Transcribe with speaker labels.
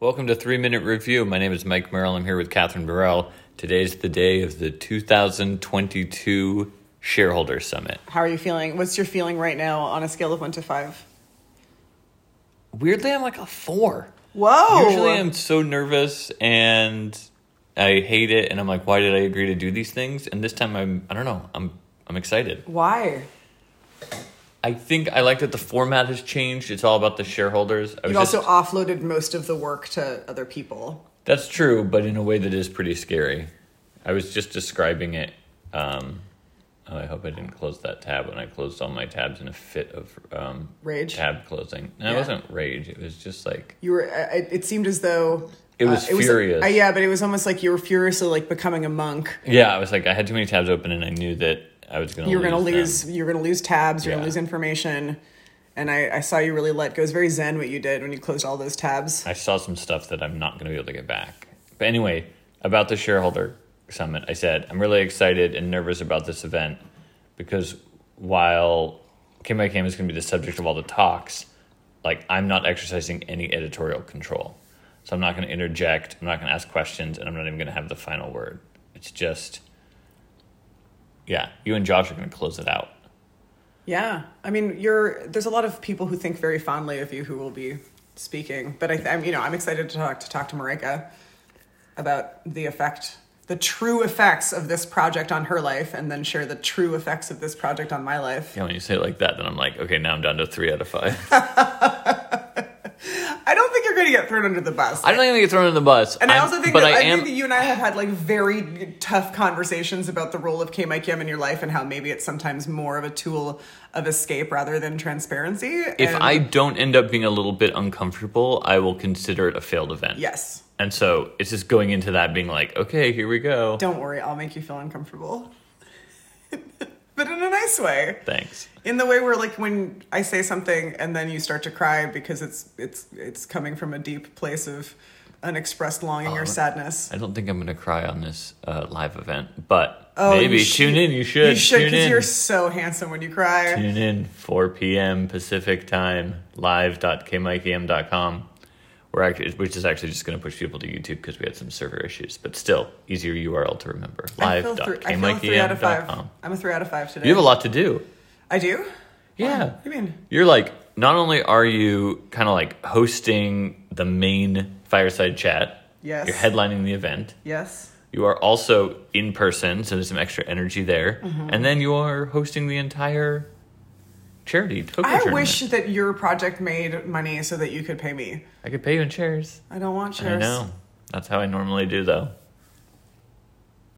Speaker 1: Welcome to Three Minute Review. My name is Mike Merrill. I'm here with Catherine Burrell. Today's the day of the 2022 Shareholder Summit.
Speaker 2: How are you feeling? What's your feeling right now on a scale of one to five?
Speaker 1: Weirdly, I'm like a four.
Speaker 2: Whoa.
Speaker 1: Usually, I'm so nervous and I hate it, and I'm like, why did I agree to do these things? And this time, I'm I don't know. I'm I'm excited.
Speaker 2: Why?
Speaker 1: I think I like that the format has changed. It's all about the shareholders. I
Speaker 2: You
Speaker 1: was
Speaker 2: also
Speaker 1: just-
Speaker 2: offloaded most of the work to other people.
Speaker 1: That's true, but in a way that is pretty scary. I was just describing it. Um, oh, I hope I didn't close that tab when I closed all my tabs in a fit of um,
Speaker 2: Rage?
Speaker 1: Tab closing. No, it
Speaker 2: Yeah.
Speaker 1: wasn't rage. It was just like
Speaker 2: You were. I- I- It seemed as though
Speaker 1: It was furious.
Speaker 2: uh, yeah, but it was almost like you were furiously like becoming a monk.
Speaker 1: yeah. I was like I had too many tabs open, and I knew that I was gonna.
Speaker 2: You were going to
Speaker 1: them.
Speaker 2: lose. You were going to lose tabs. You're
Speaker 1: Yeah.
Speaker 2: going to lose information. And I, I saw you really let go. It was very zen what you did when you closed all those tabs.
Speaker 1: I saw some stuff that I'm not going to be able to get back. But anyway, about the shareholder summit, I said I'm really excited and nervous about this event because while Kim by Kim is going to be the subject of all the talks, like I'm not exercising any editorial control. So I'm not going to interject, I'm not going to ask questions, and I'm not even going to have the final word. It's just yeah, you and Josh are going to close it out.
Speaker 2: Yeah, I mean, you're there's a lot of people who think very fondly of you who will be speaking, but I, I'm you know I'm excited to talk to talk to Marika about the effect, the true effects of this project on her life, and then share the true effects of this project on my life.
Speaker 1: Yeah, when you say it like that, then I'm like, okay, now I'm down to three out of five.
Speaker 2: I don't think you're going to get thrown under the bus.
Speaker 1: I don't even get thrown in the bus.
Speaker 2: and I
Speaker 1: I'm-
Speaker 2: also think
Speaker 1: but
Speaker 2: that, I
Speaker 1: I am,
Speaker 2: think that you and I have had like very tough conversations about the role of K Mike Yim in your life and how maybe it's sometimes more of a tool of escape rather than transparency.
Speaker 1: if
Speaker 2: and-
Speaker 1: I don't end up being a little bit uncomfortable, I will consider it a failed event.
Speaker 2: yes,
Speaker 1: And so it's just going into that being like, okay, here we go.
Speaker 2: Don't worry, I'll make you feel uncomfortable. but in a nice way.
Speaker 1: Thanks.
Speaker 2: In the way where like when I say something and then you start to cry because it's it's it's coming from a deep place of unexpressed longing
Speaker 1: Um,
Speaker 2: or sadness.
Speaker 1: I don't think I'm going to cry on this uh, live event, but
Speaker 2: Oh, you
Speaker 1: maybe
Speaker 2: sh-
Speaker 1: tune in. You should.
Speaker 2: You should
Speaker 1: tune
Speaker 2: because
Speaker 1: in.
Speaker 2: you're so handsome when you cry.
Speaker 1: Tune in 4 p.m. Pacific time live.kmikm.com. We're actually, which is actually just going to push people to YouTube because we had some server issues, but still easier URL to remember.
Speaker 2: I feel, three, I feel a three out of five.
Speaker 1: Live.kmikm.com.
Speaker 2: I'm a three out of five today.
Speaker 1: You have a lot to do.
Speaker 2: I do.
Speaker 1: Yeah.
Speaker 2: What do you mean?
Speaker 1: You're like, not only are you kind of like hosting the main fireside chat,
Speaker 2: Yes.
Speaker 1: you're headlining the event.
Speaker 2: Yes.
Speaker 1: You are also in person, so there's some extra energy there.
Speaker 2: Mm-hmm.
Speaker 1: And then you are hosting the entire charity poker
Speaker 2: I
Speaker 1: tournament.
Speaker 2: wish that your project made money so that you could pay me.
Speaker 1: I could pay you in chairs.
Speaker 2: I don't want
Speaker 1: I
Speaker 2: yours.
Speaker 1: know. That's how I normally do, though.